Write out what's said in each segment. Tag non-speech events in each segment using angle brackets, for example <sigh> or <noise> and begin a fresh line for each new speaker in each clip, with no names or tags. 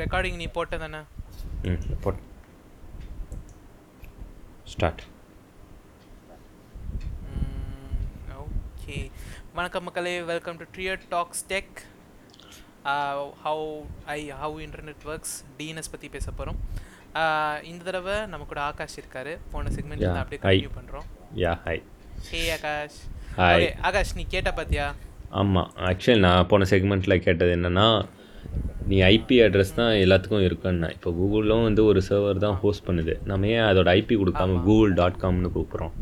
Recording நீ போட்டதானே
ம் போட் ஸ்டார்ட்
ஓகே வணக்கம் மக்களே welcome to Dravid talks tech how I how internet works DNS பற்றி பேச போகிறோம் இந்த தடவை நம்ம கூட ஆகாஷ் இருக்காரு போன செக்மெண்ட்ல
Yeah,
அப்படியே
hi.
கண்டினியூ பண்ணுறோம்
yeah hi
hey Akash
Hi.
Okay, Akash நீ கேட்ட பார்த்தியா
ஆமாம் ஆக்சுவலி நான் போன செக்மெண்ட்டில் கேட்டது என்னென்னா நீ ஐபி அட்ரஸ் தான் எல்லாத்துக்கும் இருக்குன்னா இப்போ கூகுளும் வந்து ஒரு சர்வர் தான் ஹோஸ்ட் பண்ணுது நம்ம ஏன் அதோட ஐபி கொடுக்காம கூகுள் டாட் காம்னு கூப்பிட்றோம்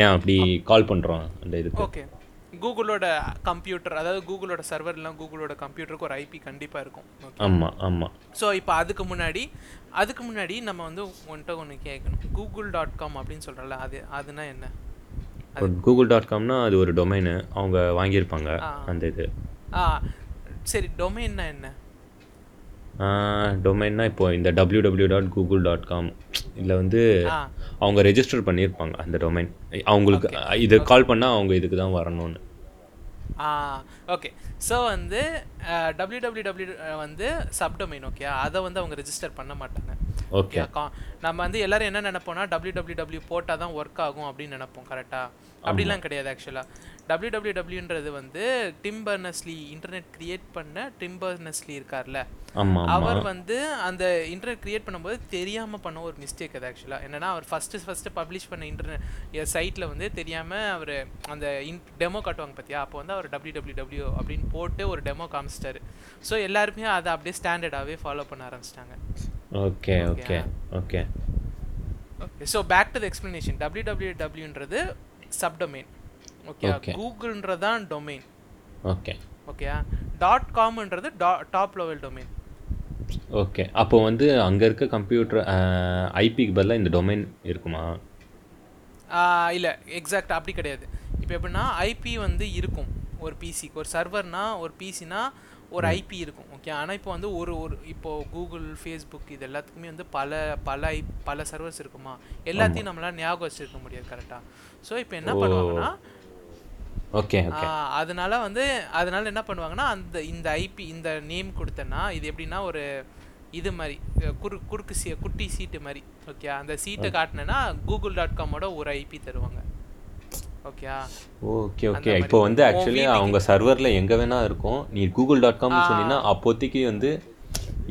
ஏன் அப்படி கால் பண்ணுறோம் அந்த இதுக்கு
ஓகே கூகுளோட கம்ப்யூட்டர் அதாவது கூகுளோட சர்வர்லாம் கூகுளோட கம்ப்யூட்டருக்கு ஒரு ஐபி கண்டிப்பாக இருக்கும் ஓகே
ஆமாம் ஆமாம்
ஸோ இப்போ அதுக்கு முன்னாடி அதுக்கு முன்னாடி நம்ம வந்து உன்கிட்ட ஒன்று கேட்கணும் கூகுள் டாட் காம் அப்படின்னு சொல்கிறல அது அதுனா என்ன
கூகுள் டாட் காம்னா அது ஒரு டொமைனு அவங்க வாங்கியிருப்பாங்க
ஆ.
அந்த இது
ஆ சரி டொமைன்னா என்ன
டொமைன்னா இப்போ இந்த W W dot Google dot com இதில் வந்து
ஆ
அவங்க ரெஜிஸ்டர் பண்ணியிருப்பாங்க அந்த டொமைன் அவங்களுக்கு இது கால் பண்ணால் அவங்க இதுக்கு தான் வரணும்னு
ஆ ஓகே ஸோ வந்து டபிள்யூ டபிள்யூ டபிள்யூ வந்து சப்டொமைன் ஓகே அதை வந்து அவங்க ரெஜிஸ்டர் பண்ண மாட்டாங்க
ஓகே
Okay, கா- நம்ம வந்து எல்லாரும் என்ன நினைப்போம்னா டபிள்யூ டபிள்யூ டபிள்யூ போட்டால் தான் ஒர்க் ஆகும் அப்படின்னு நினைப்போம் கரெக்டாக அப்படிலாம் கிடையாது ஆக்சுவலாக டபிள்யூ டபிள்யூ டபிள்யூன்றது வந்து டிம் பர்னஸ்லி இன்டர்நெட் கிரியேட் பண்ண டிம் பர்னஸ்லி இருக்கார்ல
ஆமாம் ஆமாம்
அவர் வந்து அந்த இன்டர்நெட் கிரியேட் பண்ணும்போது தெரியாமல் பண்ண ஒரு மிஸ்டேக் அது ஆக்சுவலாக என்னன்னா அவர் ஃபஸ்ட்டு ஃபஸ்ட்டு பப்ளிஷ் பண்ண இன்டர்நெட் சைட்டில் வந்து தெரியாமல் அவர் அந்த இன் டெமோ காட்டுவாங்க பார்த்தியா அப்போ வந்து அவர் டபிள்யூ டபிள்யூ டபிள்யூ அப்படின்னு போட்டு ஒரு டெமோ காமிச்சிட்டாரு ஸோ எல்லாருமே அதை அப்படியே ஸ்டாண்டர்டாகவே ஃபாலோ பண்ண ஆரம்பிச்சிட்டாங்க
okay okay okay
okay so back to the explanation W W டபிள்யூன்றது சப்டொமைன் ஓகே
Okay.
கூகுள்ன்றது தான் டொமைன்
ஓகே
ஓகேயா டாட் காம்ன்றது டாப் லெவல் டொமைன்
ஓகே அப்போ வந்து அங்கே இருக்க கம்ப்யூட்டர் ஐபிக்கு பதிலாக இந்த டொமைன் இருக்குமா
இல்லை எக்ஸாக்ட் அப்படி கிடையாது இப்போ எப்படின்னா ஐபி வந்து இருக்கும் ஒரு பிசிக்கு ஒரு சர்வர்னா ஒரு பிசினா ஒரு ஐபி இருக்கும் ஓகே ஆனால் இப்போ வந்து ஒரு ஒரு இப்போ கூகுள் ஃபேஸ்புக் இது எல்லாத்துக்குமே வந்து பல பல ஐ பல சர்வர்ஸ் இருக்குமா எல்லாத்தையும் நம்மளால் ஞாபகம் வச்சிருக்க முடியாது கரெக்டாக ஸோ இப்போ என்ன பண்ணுவாங்கன்னா
ஓகே
ஆ, அதனால வந்து அதனால என்ன பண்ணுவாங்கன்னா அந்த இந்த ஐபி இந்த நேம் கொடுத்தேன்னா இது எப்படின்னா ஒரு இது மாதிரி அஹ், குறு குறுக்கு சீ குட்டி சீட்டு மாதிரி ஓகே அந்த சீட்டை காட்டினேன்னா கூகுள் டாட் காமோட ஒரு ஐபி தருவாங்க ஓகே
ஓகே ஓகே இப்போ வந்து ஆக்சுவலி அவங்க சர்வரில் எங்கே வேணா இருக்கும் நீ கூகுள் டாட் காம் சொன்னீங்கன்னா அப்போதைக்கு வந்து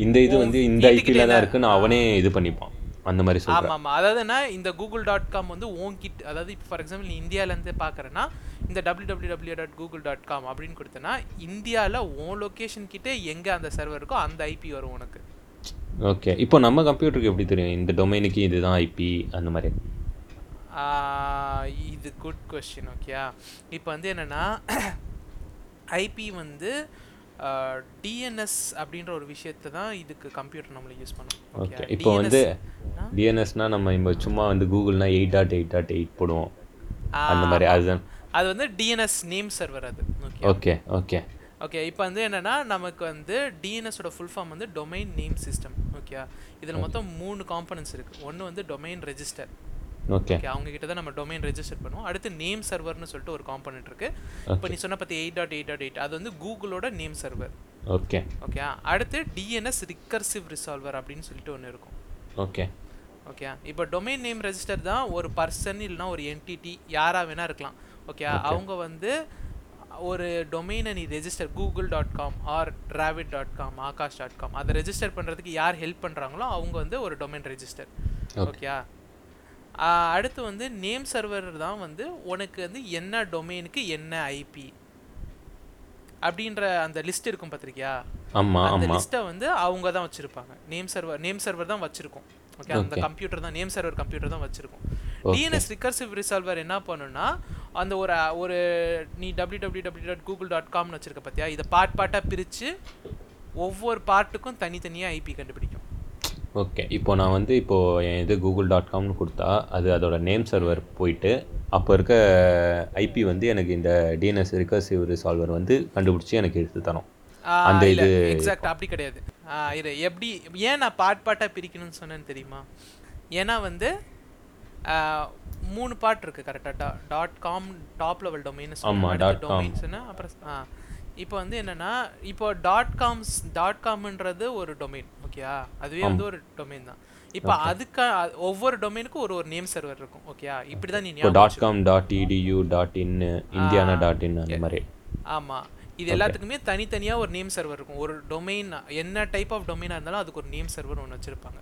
இந்த இது வந்து இந்த ஐபியில் தான் இருக்குன்னு அவனே இது பண்ணிப்பான் அந்த மாதிரி சொல்கிறேன்
ஆமாம் ஆமாம் அதாவது என்ன இந்த கூகுள் டாட் காம் வந்து ஓங்கிட் அதாவது இப்போ ஃபார் எக்ஸாம்பிள் நீ இந்தியாவிலேருந்து பார்க்குறேன்னா இந்த W W W dot Google dot com அப்படின்னு கொடுத்தேன்னா இந்தியாவில் உன் லொக்கேஷன் கிட்டே எங்கே அந்த சர்வர் இருக்கோ அந்த ஐபி வரும் உனக்கு
ஓகே இப்போ நம்ம கம்ப்யூட்டருக்கு எப்படி தெரியும் இந்த டொமைனுக்கு இதுதான் ஐபி அந்த மாதிரி
ஆஹ் இது குட் கொஸ்டின் ஓகேயா இப்போ வந்து <clears throat> என்னென்னா ஐபி வந்து டிஎன்எஸ் அப்படின்ற ஒரு விஷயத்தை தான் இதுக்கு கம்ப்யூட்டர் நம்மளை யூஸ் பண்ணும்
ஓகே இப்போ வந்து டிஎன்எஸ்னா நம்ம இப்போ சும்மா வந்து கூகுள்னா eight dot eight dot eight போடுவோம் அந்த மாதிரி அதுதான்
அது வந்து டிஎன்எஸ் நேம் சர்வர் அது ஓகே
ஓகே ஓகே
ஓகே இப்போ வந்து என்னென்னா நமக்கு வந்து டிஎன்எஸோட ஃபுல் ஃபார்ம் வந்து டொமைன் நேம் சிஸ்டம் ஓகே இதில் மொத்தம் மூணு காம்பனன்ட்ஸ் இருக்குது ஒன்று வந்து டொமைன் ரெஜிஸ்டர்
ஓகே
ஓகே அவங்க கிட்ட தான் நம்ம டொமைன் ரெஜிஸ்டர் பண்ணுவோம் அடுத்து நேம் சர்வர்னு சொல்லிட்டு ஒரு காம்பனெண்ட் இருக்கு இப்போ நீ சொன்ன பத்தி eight dot eight dot eight அது வந்து கூகுளோட நேம் சர்வர்
ஓகே
ஓகே அடுத்து டிஎன்எஸ் ரிக்கர்சிவ் ரிசால்வர் அப்படின்னு சொல்லிட்டு ஒன்று இருக்கும்
ஓகே
ஓகே இப்போ டொமைன் நேம் ரெஜிஸ்டர் தான் ஒரு பர்சன் இல்லைனா ஒரு என்டிட்டி யாரா வேணா இருக்கலாம் ஓகே அவங்க வந்து ஒரு டொமைனை நீ register Google dot com or Dravid dot com Akash dot com அதை ரெஜிஸ்டர் பண்ணுறதுக்கு யார் ஹெல்ப் பண்ணுறாங்களோ அவங்க வந்து ஒரு டொமைன் ரெஜிஸ்டர் ஓகே அடுத்து வந்து நேம் சர்வர் தான் வந்து உனக்கு வந்து என்ன டொமைனுக்கு என்ன ஐபி அப்படின்ற அந்த லிஸ்ட் இருக்கும் பார்த்திருக்கியா
ஆமாம்
அந்த
ஆமாம்
லிஸ்ட்டை வந்து அவங்க தான் வச்சிருப்பாங்க நேம் சர்வர் நேம் சர்வர் தான் வச்சிருக்கும் ஓகே அந்த கம்ப்யூட்டர் தான் நேம் சர்வர் கம்ப்யூட்டர் தான் வச்சிருக்கும் டிஎன்எஸ் ரிகர்சிவ் ரிசால்வர் என்ன பண்ணுன்னா அந்த ஒரு ஒரு நீ W W W dot Google dot காம்னு வச்சிருக்க பார்த்தியா இதை பார்ட் பார்ட்டாக பிரித்து ஒவ்வொரு பார்ட்டுக்கும் தனித்தனியாக ஐபி கண்டுபிடிக்கும்
ஓகே இப்போ நான் வந்து இப்போது என் இது கூகுள் டாட் காம்னு கொடுத்தா அது அதோட நேம் சர்வர் போயிட்டு அப்போ இருக்க ஐபி வந்து எனக்கு இந்த டிஎன்எஸ் ரிகர்சிவ் ரிசால்வர் வந்து கண்டுபிடிச்சி எனக்கு எடுத்து தரும் அந்த இது
எக்ஸாக்ட் அப்படி கிடையாது ஆ, இரு எப்படி ஏன் நான் பார்ட் பார்ட்டாக பிரிக்கணும்னு சொன்னேன்னு தெரியுமா ஏன்னா வந்து ஆ, மூணு பார்ட் இருக்கு கரெக்டாக டா dot com top level domain
ஆமா, dot com.
டொமைன் சொன்னேன் அப்புறம் ஆ இப்போ வந்து என்னன்னா இப்போ டாட் காம்ஸ் டாட் காம்ன்றது ஒரு டொமைன் ஓகேயா அதுவே வந்து ஒரு டொமைன் தான் இப்போ அதுக்கு ஒவ்வொரு டொமைனுக்கும் ஒரு ஒரு நேம் சர்வர் இருக்கும் ஓகேயா இப்படி தான் நீ
இப்போ
ஞாபகம்
dot com dot EDU dot in இந்தியானா டாட் இன் அந்த மாதிரி
ஆமா இது எல்லாத்துக்குமே தனித்தனியா ஒரு நேம் சர்வர் இருக்கும் ஒரு டொமைன் என்ன டைப் ஆஃப் டொமைனா இருந்தாலும் அதுக்கு ஒரு நேம் சர்வர் ஒன்று வச்சிருப்பாங்க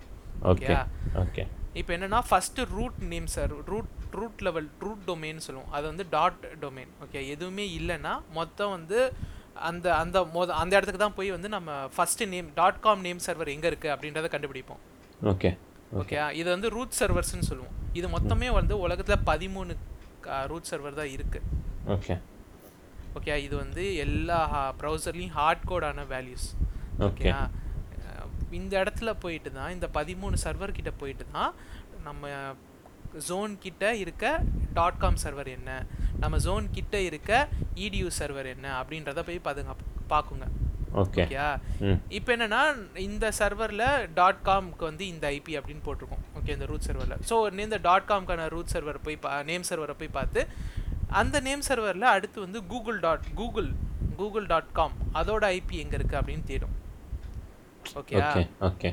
ஓகே
ஓகேயா
ஓகே
இப்போ என்னன்னா first root name sir root root level root domain சொல்லுவோம் அது வந்து டாட் டொமைன் ஓகே எதுவுமே இல்லைன்னா மொத்தம் வந்து அந்த அந்த மொத அந்த இடத்துக்கு தான் போய் வந்து நம்ம first name dot com name server எங்கே இருக்குது அப்படின்றத கண்டுபிடிப்போம்
ஓகே
ஓகே இது வந்து ரூட் சர்வர்ஸ்னு சொல்லுவோம் இது மொத்தமே வந்து உலகத்தில் பதிமூணு ரூட் சர்வர் தான் இருக்குது
ஓகே
ஓகே இது வந்து எல்லா ப்ரௌசர்லேயும் ஹார்ட் கோடான வேல்யூஸ்
ஓகே
ஓகேயா அஹ் இந்த இடத்துல போயிட்டு தான் இந்த பதிமூணு சர்வர் கிட்ட போயிட்டு தான் நம்ம ஜோன் கிட்ட இருக்க டாட் காம் சர்வர் என்ன நம்ம ஜோன் கிட்ட இருக்க இடியூ சர்வர் என்ன அப்படின்றத போய் பாதுங்க பார்க்குங்க
ஓகே
ஓகேயா
ம்
இப்போ என்னன்னா இந்த சர்வரில் டாட் காம்க்கு வந்து இந்த ஐபி அப்படின்னு போட்டிருக்கோம் ஓகே இந்த ரூட் சர்வரில் ஸோ இந்த டாட் காம்க்கான ரூட் சர்வர் போய் பா நேம் சர்வரை போய் பார்த்து அந்த நேம் சர்வரில் அடுத்து வந்து Google dot Google Google dot com அதோட ஐபி எங்கே இருக்குது அப்படின்னு தேடும் ஓகேயா
ஓகே ஓகே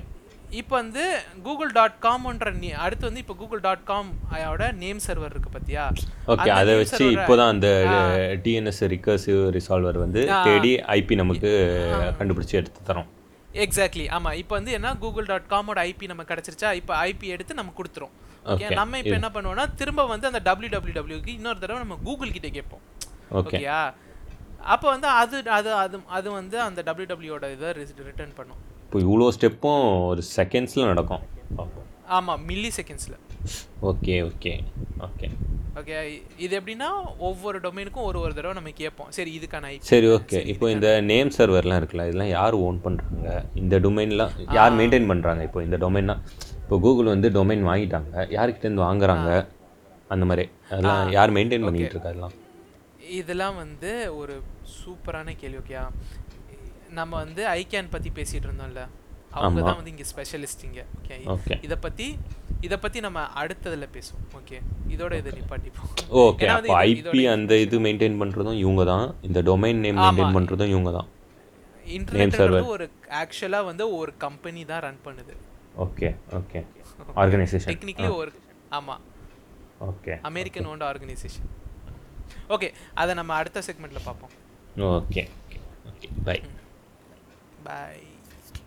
இப்போ வந்து கூகுள் டாட் காம்ன்ற அடுத்து வந்து இப்போ கூகுள் டாட் காம் அதோட நேம் சர்வர் இருக்கு பார்த்தியா
ஓகே
அந்த
அதை
name
வச்சு
server-அ-
இப்போதான் அந்த டிஎன்எஸ் ரிகர்சிவ் ரிசால்வர் வந்து தேடி ஐபி நமக்கு கண்டுபிடிச்சி எடுத்து தரோம்
எக்ஸாக்ட்லி ஆமா இப்போ வந்து என்ன கூகுள் டாட் காமோட ஐபி நம்ம கிடச்சிருச்சா இப்போ ஐபி எடுத்து நம்ம கொடுத்துரும் ஓகே
Okay.
நம்ம இப்போ என்ன பண்ணுவோம்னா திரும்ப வந்து அந்த டபிள்யூ டபிள்யூ டபிள்யூக்கு இன்னொரு தடவை நம்ம கூகுள் கிட்ட கேட்போம்
ஓகே
ஓகேயா அப்போ வந்து அது அது அது அது வந்து அந்த டபிள்யூ டபிள்யூட இதை ரிட்டர்ன் பண்ணும்
இப்போ இவ்வளோ ஸ்டெப்பும் ஒரு செகண்ட்ஸில் நடக்கும்
ஆமா மில்லி செகண்ட்ஸில்
ஓகே ஓகே ஓகே
ஓகே இது எப்படின்னா ஒவ்வொரு டொமைனுக்கும் ஒரு ஒரு தடவை நம்ம கேட்போம் சரி இதுக்கான ஐபி
சரி ஓகே இப்போ இந்த நேம் சர்வர்லாம் இருக்குல்ல இதெல்லாம் யார் ஓன் பண்ணுறாங்க இந்த டொமைன்லாம் யார் மெயின்டைன் பண்ணுறாங்க இப்போ இந்த டொமைன்னா இப்போ கூகுள் வந்து டொமைன் வாங்கிட்டாங்க யார்கிட்டேருந்து வாங்குறாங்க அந்த மாதிரி அதெல்லாம் யார் மெயின்டைன் பண்ணிகிட்டு இருக்கா அதெல்லாம்
இதெல்லாம் வந்து ஒரு சூப்பரான கேள்வி ஓகேயா நம்ம வந்து ஐகேன் பத்தி பேசிட்டு இருந்தோம்ல அவங்க தான் வந்து இங்க ஸ்பெஷலிஸ்ட் இங்க ஓகே
ஓகே
இத பத்தி இத பத்தி நம்ம அடுத்ததுல பேசுவோம் ஓகே இதோட இதை நிப்பாட்டிப்போம்
ஓகே
ஏன்னா வந்து
அப்போ
இது-
ஐபி அந்த இது மெயின்டைன் பண்ணுறதும் இவங்க தான் இந்த டொமைன் நேம் மெயின்டைன் பண்ணுறதும் இவங்க தான்
இன்டர்நெட் ஒரு ஆக்சுவலா வந்து ஒரு கம்பெனி தான் ரன் பண்ணுது
ஓகே ஓகே ஆர்கனைசேஷன்
டெக்னிக்கலி ஒரு ஆமா
okay
American owned organization okay அதை நம்ம அடுத்த செக்மெண்ட்ல பார்ப்போம்
ஓகே ஓகே பை
பாய்